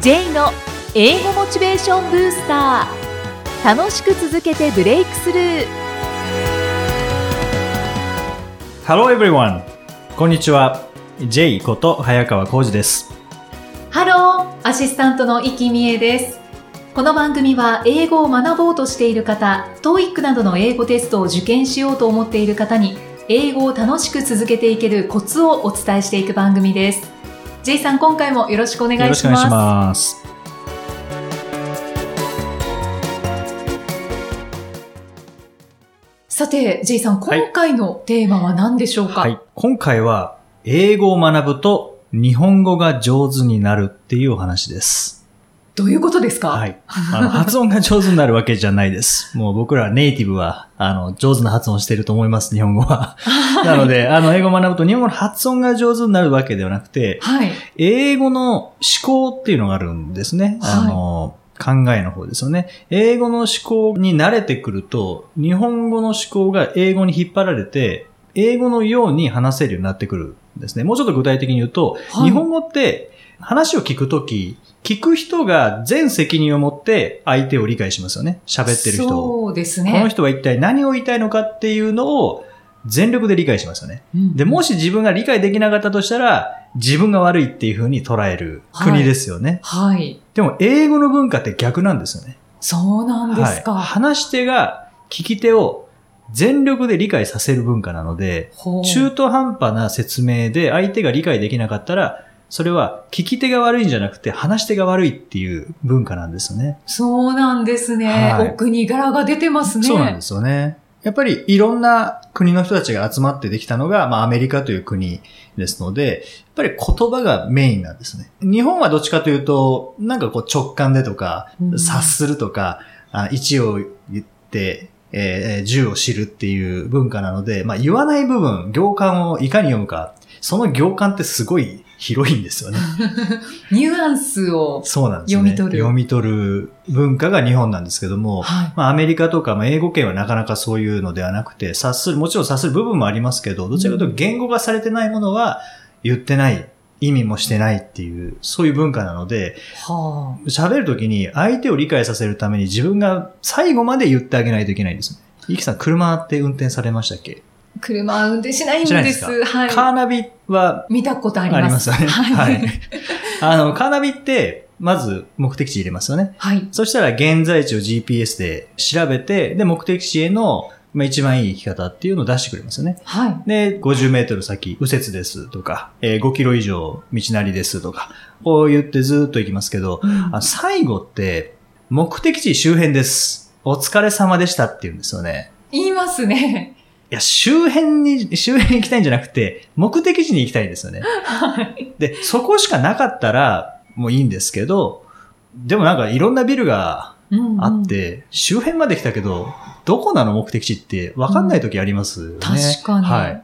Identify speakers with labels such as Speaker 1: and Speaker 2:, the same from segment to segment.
Speaker 1: J の英語モチベーションブースター楽しく続けてブレイクスルー
Speaker 2: Hello everyone! こんにちは。J こと早川浩二です。
Speaker 1: ハローアシスタントの生きみえですこの番組は英語を学ぼうとしている方 TOEIC などの英語テストを受験しようと思っている方に英語を楽しく続けていけるコツをお伝えしていく番組です J さん今回もよろしくお願
Speaker 2: よろ
Speaker 1: い
Speaker 2: し
Speaker 1: し
Speaker 2: くお願
Speaker 1: ま
Speaker 2: い
Speaker 1: す
Speaker 2: します。
Speaker 1: さて J さん
Speaker 2: はい
Speaker 1: 今回のテーマは何でしょうか、
Speaker 2: はい。今回は、英語を学ぶと日本語が上手になるっていうお話です。
Speaker 1: どういうことですか、
Speaker 2: はい。あの発音が上手になるわけじゃない です。もう僕らネイティブは、あの、上手な発音してると思います、日本 語は。なので、あの、英語を学ぶと日本語の発音が上手になるわけではなくて、
Speaker 1: はい
Speaker 2: 英語の思考っていうのがあるんですね。
Speaker 1: はい
Speaker 2: あの、考えの方ですよね。英語の思考に慣れてくると、日本語の思考が英語に引っ張られて、英語のように話せるようになってくるんですね。もうちょっと具体的に言うと、
Speaker 1: はい
Speaker 2: 日本語って話を聞くとき、聞く人が全責任を持って相手を理解しますよね。喋ってる人を。
Speaker 1: そうです
Speaker 2: この
Speaker 1: ね。
Speaker 2: 人は一体何を言いたいのかっていうのを全力で理解しますよね。で、もし自分が理解できなかったとしたら、自分が悪いっていう風に捉える国ですよね。
Speaker 1: はい。
Speaker 2: でも、英語の文化って逆なんですよね。
Speaker 1: そうなんですか。
Speaker 2: はい、話し手が聞き手を全力で理解させる文化なので、
Speaker 1: ほう
Speaker 2: 中途半端な説明で相手が理解できなかったら、それは聞き手が悪いんじゃなくて話し手が悪いっていう文化なんですよね。
Speaker 1: そうなんですね。
Speaker 2: はい
Speaker 1: お国柄が出てますね。
Speaker 2: そうなんですよね。やっぱりいろんな国の人たちが集まってできたのが、まあアメリカという国ですので、やっぱり言葉がメインなんですね。日本はどっちかというと、なんかこう直感でとか、
Speaker 1: うん
Speaker 2: 察するとか、あ位置を言って、えー、銃を知るっていう文化なので、まあ言わない部分、行間をいかに読むか、その行間ってすごい広いんですよね。
Speaker 1: ニュアンスを。
Speaker 2: そうなんです
Speaker 1: 読
Speaker 2: ね。
Speaker 1: み取る
Speaker 2: 読み取る文化が日本なんですけども、
Speaker 1: はい。
Speaker 2: まあ、アメリカとか、まあ、英語圏はなかなかそういうのではなくて、察する、もちろん察する部分もありますけど、どちらかというと言語がされてないものは言ってない、意味もしてないっていう、そういう文化なので、
Speaker 1: は
Speaker 2: 喋るときに相手を理解させるために自分が最後まで言ってあげないといけないんですね。イキさん、車って運転されましたっけ、
Speaker 1: あ。車は運転しないん
Speaker 2: しな
Speaker 1: で。
Speaker 2: いですすか
Speaker 1: は。
Speaker 2: カーナビはい
Speaker 1: 見たことあ
Speaker 2: あ
Speaker 1: り
Speaker 2: り
Speaker 1: ま。
Speaker 2: ますすよね。
Speaker 1: は
Speaker 2: はい
Speaker 1: い。。
Speaker 2: あの、カーナビって、まず目的地入れますよね。
Speaker 1: はい。
Speaker 2: そしたら現在地を GPS で調べて、で、目的地への、まあ、一番いい行き方っていうのを出してくれますよね。
Speaker 1: はい。
Speaker 2: で、50メートル先、右折ですとか、えー5キロ以上道なりですとか、こう言ってずーっと行きますけど、
Speaker 1: うん
Speaker 2: あ最後って、目的地周辺です。お疲れ様でしたって言うんですよね。
Speaker 1: 言いますね。
Speaker 2: いや、周辺に、周辺に行きたいんじゃなくて、目的地に行きたいんですよね。
Speaker 1: はい。
Speaker 2: で、そこしかなかったら、もういいんですけど、でもなんかいろんなビルが
Speaker 1: うんうん
Speaker 2: あっ。て、周辺まで来たけど、どこなの目的地って分かんない時ありますよね。
Speaker 1: 確かに
Speaker 2: はい。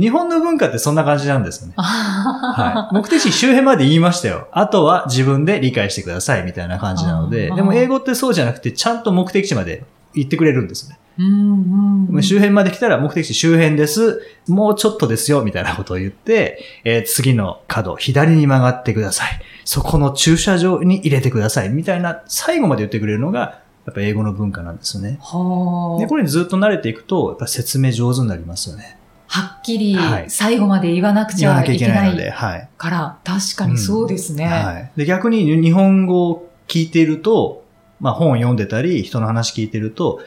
Speaker 2: 日本の文化ってそんな感じなんです よね。
Speaker 1: あはは
Speaker 2: はい。目的地周辺まで言いましたよ。あとは自分で理解してくださいみたいな感じなので、
Speaker 1: あー
Speaker 2: でも英語ってそうじゃなくて、ちゃんと目的地まで行ってくれるんですね。
Speaker 1: うんうん。
Speaker 2: 周辺まで来たら目的地周辺です。もうちょっとですよ、みたいなことを言って、えー次の角、左に曲がってください。そこの駐車場に入れてください。みたいな、最後まで言ってくれるのが、やっぱ英語の文化なんですよね。
Speaker 1: は
Speaker 2: で、
Speaker 1: あ。
Speaker 2: これにずっと慣れていくと、やっぱ説明上手になりますよね。
Speaker 1: はっきり
Speaker 2: はい
Speaker 1: 最後まで言わなくち
Speaker 2: 言わ
Speaker 1: ゃ
Speaker 2: なきゃ
Speaker 1: い
Speaker 2: い
Speaker 1: け
Speaker 2: けな
Speaker 1: ない
Speaker 2: ので、
Speaker 1: い
Speaker 2: はい。
Speaker 1: から、確かにそうですね。
Speaker 2: はい。で、逆に日本語を聞いていると、まあ本を読んでたり、人の話聞いてると、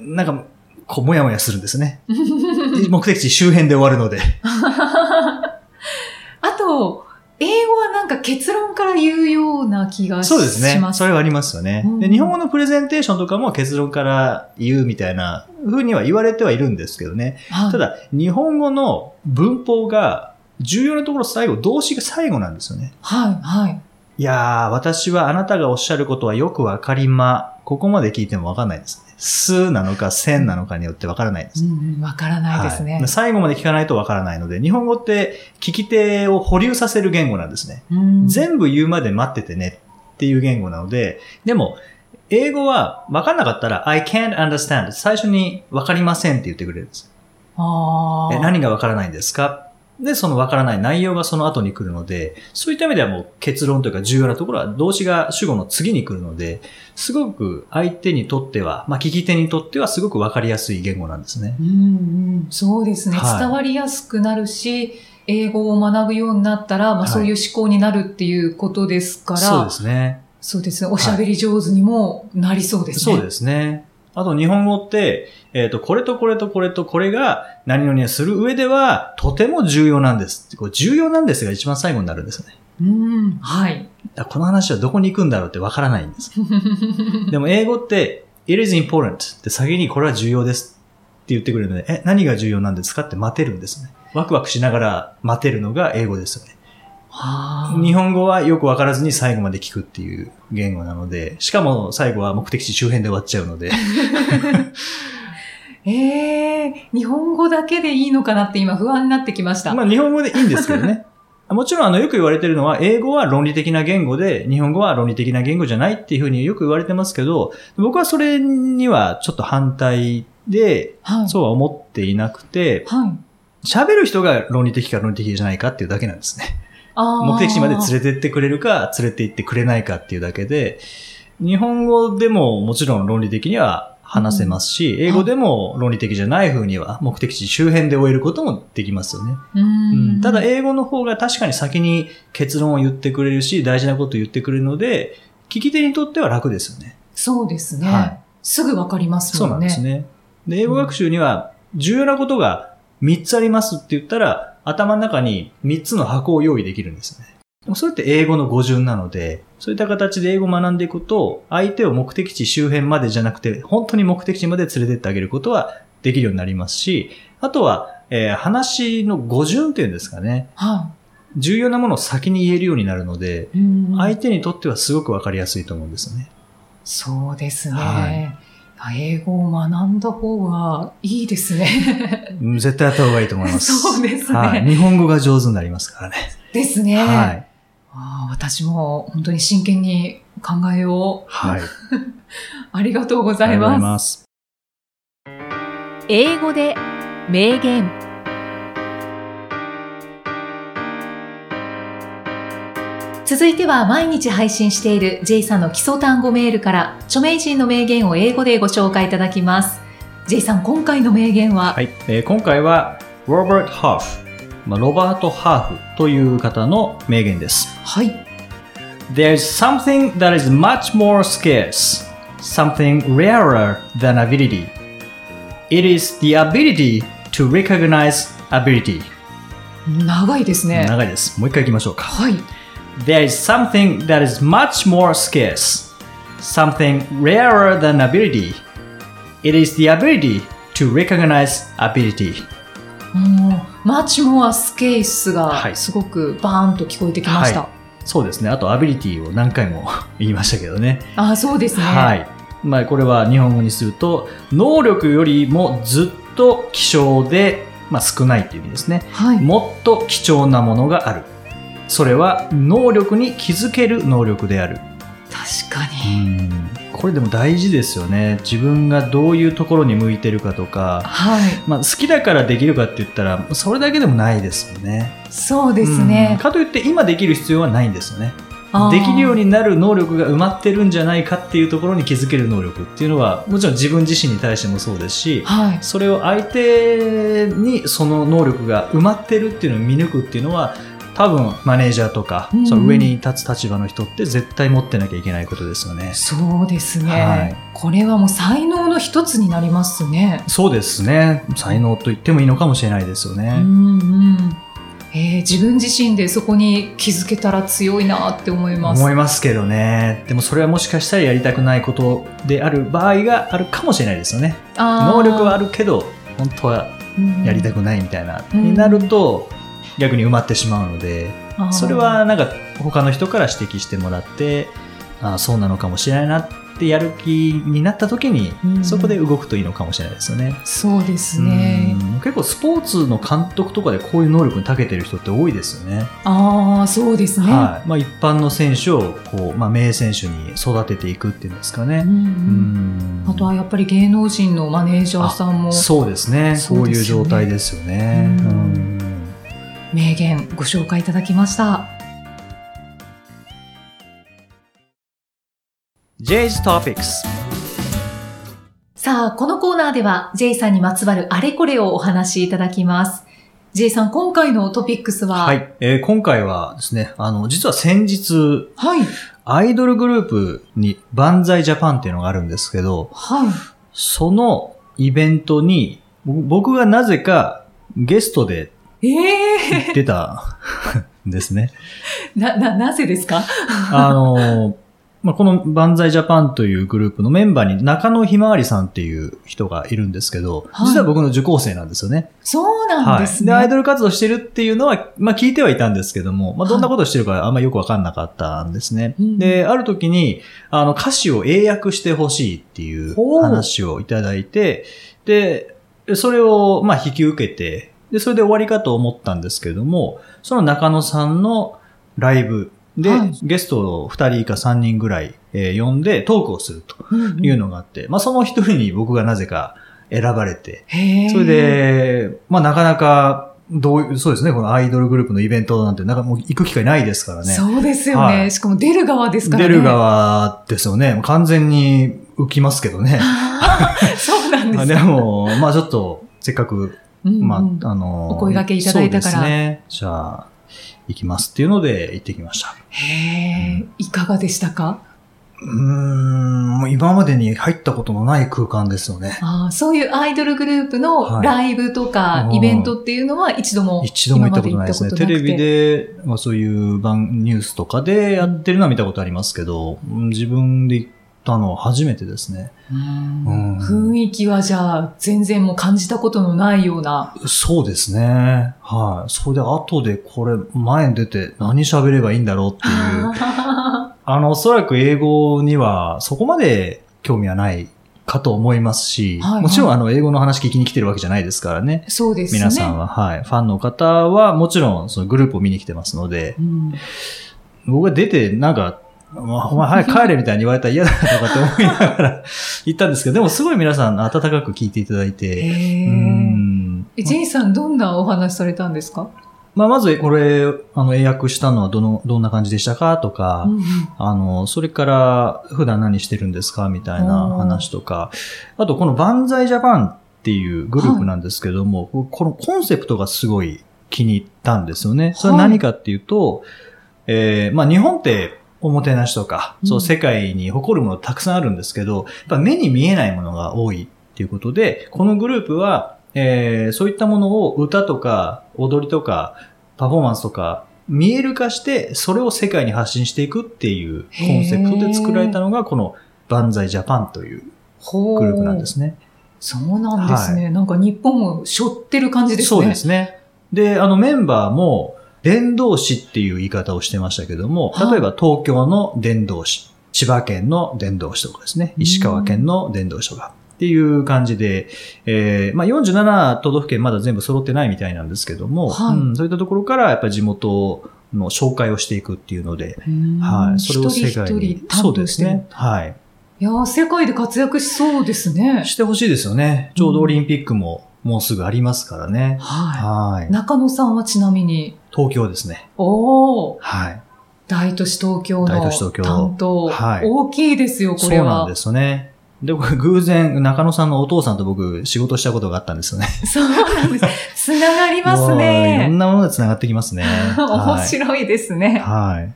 Speaker 2: なんか、こう、もやもやするんで すね。目的地周辺で終わるので。
Speaker 1: あと、英語はなんか結論から言うような気がし
Speaker 2: そうですね
Speaker 1: ま。す。
Speaker 2: それはありますよね、
Speaker 1: うん
Speaker 2: で。日本語のプレゼンテーションとかも結論から言うみたいな風には言われてはいるんですけどね。
Speaker 1: はい
Speaker 2: ただ、日本語の文法が重要なところ最後、動詞が最後なんですよね。
Speaker 1: はい、はい。
Speaker 2: いやー、私はあなたがおっしゃることはよくわかりま。ここまで聞いてもわかんないですね。すなのか、せんなのかによってわからないです。
Speaker 1: うんうん、わからないですね
Speaker 2: はい。最後まで聞かないとわからないので、日本語って聞き手を保留させる言語なんですね。
Speaker 1: うん
Speaker 2: 全部言うまで待っててねっていう言語なので、でも、英語は分かんなかったら、I can't understand. 最初に分かりませんって言ってくれるんです。
Speaker 1: あ
Speaker 2: え
Speaker 1: ー
Speaker 2: 何が分からないんですかで、その分からない内容がその後に来るので、そういった意味ではもう結論というか重要なところは動詞が主語の次に来るので、すごく相手にとっては、まあ聞き手にとってはすごく分かりやすい言語なんですね。
Speaker 1: うんうん、そうですね、
Speaker 2: はい
Speaker 1: 伝わりやすくなるし、英語を学ぶようになったら、まあ、
Speaker 2: はい
Speaker 1: そういう思考になるっていうことですから、
Speaker 2: そうですね。
Speaker 1: そうですね、おしゃべり上手にもなりそうですね。
Speaker 2: そうですね。あと日本語って、えっ、と、これとこれとこれとこれが何々をする上ではとても重要なんです。こう重要なんですが一番最後になるんですよね。
Speaker 1: うん、はい。
Speaker 2: だからこの話はどこに行くんだろうってわからない んです。でも英語って、it is important って先にこれは重要ですって言ってくれるので、え、何が重要なんですかって待てるんですね。ワクワクしながら待てるのが英語ですよね。
Speaker 1: はあ
Speaker 2: 日本語はよくわからずに最後まで聞くっていう言語なので、しかも最後は目的地周辺で終わっちゃうので、
Speaker 1: ええ日本語だけでいいのかなって今不安になってきました。
Speaker 2: まあ、日本語でいいんですけ どね。もちろん、あの、よく言われてるのは、英語は論理的な言語で、日本語は論理的な言語じゃないっていうふうによく言われてますけど、僕はそれにはちょっと反対で、
Speaker 1: はい。
Speaker 2: そうは思っていなくて、
Speaker 1: はい。
Speaker 2: 喋る人が論理的か論理的じゃないかっていうだけなんですね。
Speaker 1: あー
Speaker 2: 目的地まで連れてってくれるか、連れて行ってくれないかっていうだけで、日本語でももちろん論理的には話せますし、英語でも論理的じゃない風には目的地周辺で終えることもできますよね。
Speaker 1: うん
Speaker 2: ただ、英語の方が確かに先に結論を言ってくれるし、大事なことを言ってくれるので、聞き手にとっては楽ですよね。
Speaker 1: そうですね。
Speaker 2: はい
Speaker 1: すぐわかります
Speaker 2: そうな
Speaker 1: もん
Speaker 2: ん
Speaker 1: ね。
Speaker 2: ですね。で、英語学習には重要なことが3つありますって言ったら、頭の中に3つの箱を用意できるんですよね。でもそれって英語の語順なので、そういった形で英語を学んでいくと、相手を目的地周辺までじゃなくて、本当に目的地まで連れてってあげることはできるようになりますし、あとは、えー話の語順っていうんですかね。
Speaker 1: は
Speaker 2: 重要なものを先に言えるようになるので、
Speaker 1: い。うん
Speaker 2: 相手にとってはすごくわかりやすいと思うんですよね。
Speaker 1: そうですね。
Speaker 2: はい
Speaker 1: 英語を学んだ方がいいですね。
Speaker 2: うん絶対やった方がいいと思います。
Speaker 1: そうですね。
Speaker 2: はい。日本語が上手になりますからね。
Speaker 1: ですね、
Speaker 2: はい。
Speaker 1: あー私も本当に真剣に考えを
Speaker 2: はい。ありが
Speaker 1: ありがと
Speaker 2: とう
Speaker 1: うございます。
Speaker 2: す。
Speaker 1: 英語で名言続いては毎日配信している J さんの基礎単語メールから著名人の名言を英語でご紹介いただきます J さん今回の名言は、
Speaker 2: はい。えー今回は、ロバート・ハーフ。まあ、ロバート・ハーフという方の名言です。
Speaker 1: はい
Speaker 2: There's something that is much more scarce, something rarer than ability. It is the ability to recognize ability.
Speaker 1: 長いですね
Speaker 2: 長いです。もう一回行きましょうか。
Speaker 1: はい
Speaker 2: There is something that is much more scarce, something rarer than ability. It is the ability to recognize ability.
Speaker 1: もうマッチモアスケース
Speaker 2: は
Speaker 1: が
Speaker 2: い
Speaker 1: すごくバーンと聞こえてきました、
Speaker 2: はそうですね。あと、アビリティを何回も言いましたけどね。
Speaker 1: あーそうですね、
Speaker 2: はい。まあ、これは日本語にすると、能力よりもずっと希少で、まあ、少ないという意味ですね。
Speaker 1: はい
Speaker 2: もっと貴重なものがある。それは能力に気づける能力である。
Speaker 1: 確か
Speaker 2: う
Speaker 1: に、
Speaker 2: んこれでも大事ですよね自分がどういうところに向いてるかとか、
Speaker 1: はい
Speaker 2: まあ、好きだからできるかって言ったらそれだけでもないですよね
Speaker 1: そうですね
Speaker 2: うん、かといって今できる必要はないんですよね
Speaker 1: あー
Speaker 2: できるようになる能力が埋まってるんじゃないかっていうところに気づける能力っていうのはもちろん自分自身に対してもそうですし
Speaker 1: はい
Speaker 2: それを相手にその能力が埋まってるっていうのを見抜くっていうのは多分マネージャーとか、
Speaker 1: うん
Speaker 2: その上に立つ立場の人って絶対持ってなきゃいけないことですよね。
Speaker 1: そうですね、
Speaker 2: はい
Speaker 1: これはもう才能の一つになりますね。
Speaker 2: そうですね。才能と言ってもいいのかもしれないですよ
Speaker 1: う
Speaker 2: ね。
Speaker 1: んうんえー自分自身でそこに気づけたら強いなって思います。
Speaker 2: 思いますけどね。でもそれはもしかしたらやりたくないことである場合があるかもしれないですよね。能力はあ
Speaker 1: る、
Speaker 2: るけど、本当はやりた
Speaker 1: く
Speaker 2: くないみたいな、
Speaker 1: うん
Speaker 2: になると、逆に埋まってしまうので、それはなんか他の人から指摘してもらって、ああ、そうなのかもしれないなってやる気になった時に、
Speaker 1: うん
Speaker 2: そこで動くといいのかもしれないですよね。
Speaker 1: そうですね。
Speaker 2: うん結構スポーツの監督とかでこういう能力に長けてる人って多いですよね。
Speaker 1: ああそうですね。
Speaker 2: はいまあ、一般の選手をこう、まあ、名選手に育てていくっていうんですか
Speaker 1: うん
Speaker 2: ね。
Speaker 1: う
Speaker 2: うんん
Speaker 1: あとはやっぱり芸能人のマネージャーさんも
Speaker 2: そうですね
Speaker 1: そう
Speaker 2: こう
Speaker 1: で
Speaker 2: いう
Speaker 1: すよね
Speaker 2: 状態ですよね。
Speaker 1: うん
Speaker 2: うん
Speaker 1: 名言ご紹介いただきました。
Speaker 2: J's Topics
Speaker 1: さあ、このコーナーでは J さんにまつわるあれこれをお話しいただきます。J さん、今回のトピックスは、。
Speaker 2: はいい、えー今回はですね、あの、実は先日、
Speaker 1: はい。
Speaker 2: アイドルグループに万歳ジャパンっていうのがあるんですけど、そのイベントに、ぼ僕がなぜかゲストで
Speaker 1: ええ
Speaker 2: 出たんですね。
Speaker 1: な、な、なぜですか
Speaker 2: あの、まあ、この万歳ジャパンというグループのメンバーに中野ひまわりさんっていう人がいるんですけど、
Speaker 1: はい
Speaker 2: 実は僕の受講生なんですよね。
Speaker 1: そうなんですね。
Speaker 2: はい。で、アイドル活動してるっていうのは、まあ聞いてはいたんですけども、まあどんなことしてるかあんまよくわかんなかったんですね。
Speaker 1: うん
Speaker 2: で、ある時に、あの、歌詞を英訳してほしいっていう
Speaker 1: おー
Speaker 2: 話をいただいて、で、それを、まあ引き受けて、で、それで終わりかと思ったんですけれども、その中野さんのライブで、
Speaker 1: はい
Speaker 2: ゲストを2人か3人ぐらい、えー呼んでトークをすると
Speaker 1: うんうん
Speaker 2: いうのがあって、まあその一人に僕がなぜか選ばれて、
Speaker 1: へえ
Speaker 2: それ、で、まあなかなか、どういう、そうですね、このアイドルグループのイベントなんて、なんかもう行く機会ないですからね。
Speaker 1: そうですよね、
Speaker 2: はい
Speaker 1: しかも出る側ですから
Speaker 2: 出
Speaker 1: ね。
Speaker 2: る。側ですよね。完全に浮きますけどね。
Speaker 1: そうなんです
Speaker 2: あ
Speaker 1: か
Speaker 2: で、も、まあちょっと、せっかく、
Speaker 1: うんうん
Speaker 2: まあ、あのー
Speaker 1: お声掛けいただいたから
Speaker 2: そうですね。じゃあ、行きますっていうので、行ってきました。
Speaker 1: へえ、いかがでしたか
Speaker 2: うーん、もう今までに入ったことのない空間ですよね。
Speaker 1: ああそういうアイドルグループ
Speaker 2: は
Speaker 1: の
Speaker 2: い
Speaker 1: ライブとか
Speaker 2: うん
Speaker 1: イベントっていうのは一度も
Speaker 2: 一度も行ったこと
Speaker 1: 今
Speaker 2: な
Speaker 1: まで
Speaker 2: い
Speaker 1: 行
Speaker 2: です
Speaker 1: っ
Speaker 2: ね。
Speaker 1: たこと
Speaker 2: テ
Speaker 1: なく
Speaker 2: レ
Speaker 1: て
Speaker 2: ビで、まあ、そういう番ニュースとかでやってるのは見たことありますけど、うん自分で行ったのは初めてですね。
Speaker 1: うん
Speaker 2: うん
Speaker 1: 雰囲気はじゃあ全然もう感じたことのないような。
Speaker 2: そうですね。はい。それで後でこれ前に出て何喋ればいいんだろうっていう。あの、おそらく英語にはそこまで興味はないかと思いますし、
Speaker 1: はいはい
Speaker 2: もちろんあの英語の話聞きに来てるわけじゃないですからね。
Speaker 1: そうですね。
Speaker 2: 皆さんは、はい。ファンの方はもちろんそのグループを見に来てますので、
Speaker 1: うん
Speaker 2: 僕が出て、なんか、まあお前早く帰れみたいに言われたら嫌だなとかって思いながら行ったんですけど、でもすごい皆さん温かく聞いていただい
Speaker 1: へ
Speaker 2: て、う
Speaker 1: え。
Speaker 2: ん
Speaker 1: えジェイさんどんなお話されたんですか
Speaker 2: まあ、まずこれ、あの、英訳したのはどの、どんな感じでしたかとか、
Speaker 1: うんうん
Speaker 2: あの、それから、普段何してるんですかみたいな話とか、あとこの万歳ジャパンっていうグループなんですけども、このコンセプトがすごい気に入ったんですよね。それは何かっていうと、えーまあ日本って、おもてなしとか、そうう、
Speaker 1: ん
Speaker 2: 世界に誇るものたくさんあるんですけど、やっぱ目に見えないものが多いっていうことで、このグループは、えーそういったものを歌とか、踊りとか、パフォーマンスとか、見える化して、それを世界に発信していくっていうコンセプトで作られたのが、この万歳ジャパンという
Speaker 1: ほう
Speaker 2: グループなんですね。
Speaker 1: そうなんですね。なんか日本を背負ってる感じですね。
Speaker 2: そうですね。で、あのメンバーも、伝道師っていう言い方をしてましたけども、
Speaker 1: はい
Speaker 2: 例えば東京の伝道師、千葉県の伝道師とかですね、
Speaker 1: うん
Speaker 2: 石川県の伝道師とかっていう感じで、えーまあ、47都道府県まだ全部揃ってないみたいなんですけども、
Speaker 1: はい
Speaker 2: うんそういったところからやっぱり地元の紹介をしていくっていうので、
Speaker 1: うん。
Speaker 2: はい、それを世
Speaker 1: 一人
Speaker 2: 界に
Speaker 1: 一人担
Speaker 2: そう
Speaker 1: 当
Speaker 2: で
Speaker 1: し
Speaker 2: す
Speaker 1: てる
Speaker 2: ね。はい。
Speaker 1: いやー世界で活躍しそうですね。
Speaker 2: してほしいですよね。ちょうどオリンピックももうすぐありますからね。
Speaker 1: は
Speaker 2: はい
Speaker 1: い。。中野さんはちなみに、
Speaker 2: 東京ですね。
Speaker 1: おお、
Speaker 2: はい。
Speaker 1: 大都市東京の
Speaker 2: 大都市東京
Speaker 1: 担当、
Speaker 2: はい
Speaker 1: 大きいですよ、
Speaker 2: そ
Speaker 1: こ
Speaker 2: う
Speaker 1: れ
Speaker 2: な
Speaker 1: は
Speaker 2: んで。すよね。で、これ偶然、中野さんのお父さんと僕、仕事したことがあったんですよね。
Speaker 1: そうなんです。つながります
Speaker 2: もういろん
Speaker 1: ね。
Speaker 2: なもので繋がってきますね。
Speaker 1: 面白いですね、
Speaker 2: はい。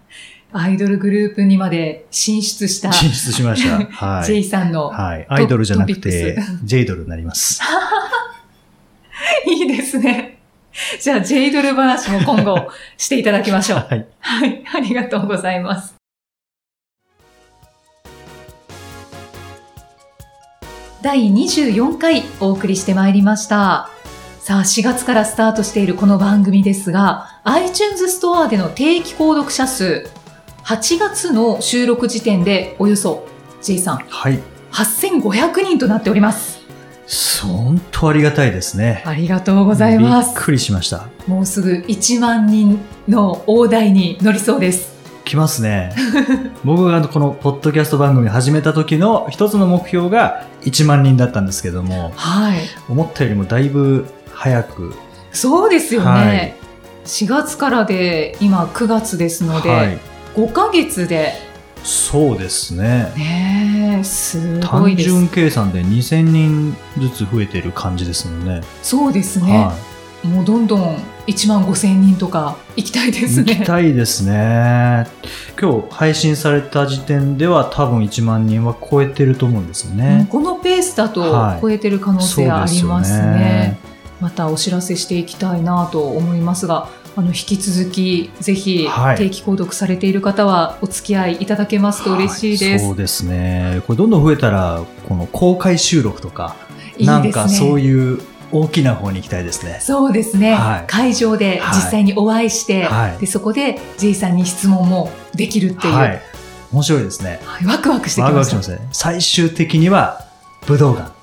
Speaker 2: は
Speaker 1: アイドルグループにまで進出した
Speaker 2: い。進出し ました。は
Speaker 1: J
Speaker 2: い。
Speaker 1: さんの、
Speaker 2: はい。アイドルじゃなく
Speaker 1: トピ
Speaker 2: て
Speaker 1: ッ、
Speaker 2: ジェイドルになり ます。
Speaker 1: い、いですね。 じゃあ、J ドル話も今後していただきましょ う。
Speaker 2: はい。
Speaker 1: はい、ありがとうございます。第24回お送りしてまいりました。さあ、4月からスタートしているこの番組ですが、iTunes ストアでの定期購読者数、8月の収録時点でおよそ J さん、
Speaker 2: はい。
Speaker 1: 8500人となっております。
Speaker 2: 本当ありがたいですね。
Speaker 1: ありがとうございま
Speaker 2: びっ
Speaker 1: す。
Speaker 2: くりしました。
Speaker 1: もうすぐ1万人の大台に乗りそうです。
Speaker 2: 来ますね。 僕があのこのポッドキャスト番組始めた時の一つの目標が1万人だったんですけども、
Speaker 1: はい。
Speaker 2: 思ったよりもだいぶ早く
Speaker 1: そうですよね。
Speaker 2: はい
Speaker 1: 4月からで今9月ですので、
Speaker 2: はい、
Speaker 1: 5ヶ月で
Speaker 2: そうですね
Speaker 1: ねえすご
Speaker 2: 単
Speaker 1: いです
Speaker 2: 純計算で2000人ずつ増えてる感じですもんね。
Speaker 1: そうですね、
Speaker 2: は
Speaker 1: もうどんどん1万5千人とか行きたいで
Speaker 2: い、
Speaker 1: す
Speaker 2: 行き
Speaker 1: ね。
Speaker 2: たいですね。今日配信された時点では多分1万人は超えてると思うんですよ
Speaker 1: うん
Speaker 2: ね。
Speaker 1: このペースだ
Speaker 2: は
Speaker 1: と
Speaker 2: い
Speaker 1: 超えてる可能性ありますね。
Speaker 2: そうですよね
Speaker 1: またお知らせしていきたいなと思いますが、あの引き続きぜひ
Speaker 2: はい
Speaker 1: 定期購読されている方はお付き合いいただけますと嬉しいです。
Speaker 2: はいそうですね。これどんどん増えたら、この公開収録とか、
Speaker 1: い、い
Speaker 2: なん
Speaker 1: です
Speaker 2: か
Speaker 1: ね。
Speaker 2: そういう大きな方に行きたいですね。
Speaker 1: そうですね、
Speaker 2: はい
Speaker 1: 会場で実際にお会いして、
Speaker 2: はい
Speaker 1: でそこで J さんに質問もできるっていう、
Speaker 2: はい。面白いですね。
Speaker 1: はいワクワクしてき
Speaker 2: ワク
Speaker 1: ま
Speaker 2: ワ
Speaker 1: し。
Speaker 2: クしたますね。最終的には、武道館。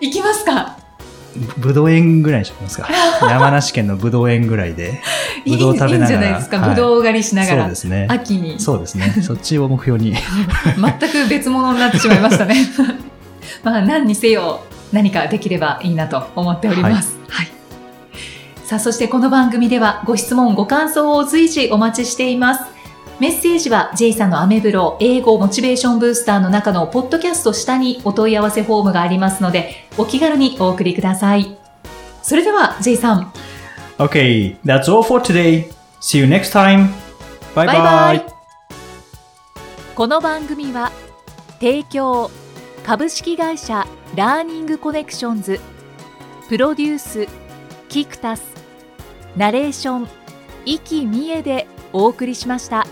Speaker 1: 行きますか
Speaker 2: ぶどう園ぐらいにします か。山梨県のぶどう園ぐらいで。
Speaker 1: いい
Speaker 2: ぶどう食べながら
Speaker 1: いいんじゃないですか、
Speaker 2: はい
Speaker 1: ぶどう狩りしなが
Speaker 2: そう
Speaker 1: ら
Speaker 2: ですね。
Speaker 1: 秋に
Speaker 2: そうですね。そっちを目標に。
Speaker 1: 全く別物になってしまいましたね まあ何にせよ何かできればいいなと思っております、はいさあそしてこの番組ではご質問ご感想を随時お待ちしていますメッセージは J さんのアメブロ英語モチベーションブースターの中のポッドキャスト下にお問い合わせフォームがありますのでお気軽にお送りくださいそれでは J さん
Speaker 2: Okay, that's all for today. See you next time. Bye bye.
Speaker 1: この番組は提供株式会社ラーニングコネクションズプロデュースキクタスナレーション生きみえでお送りしました。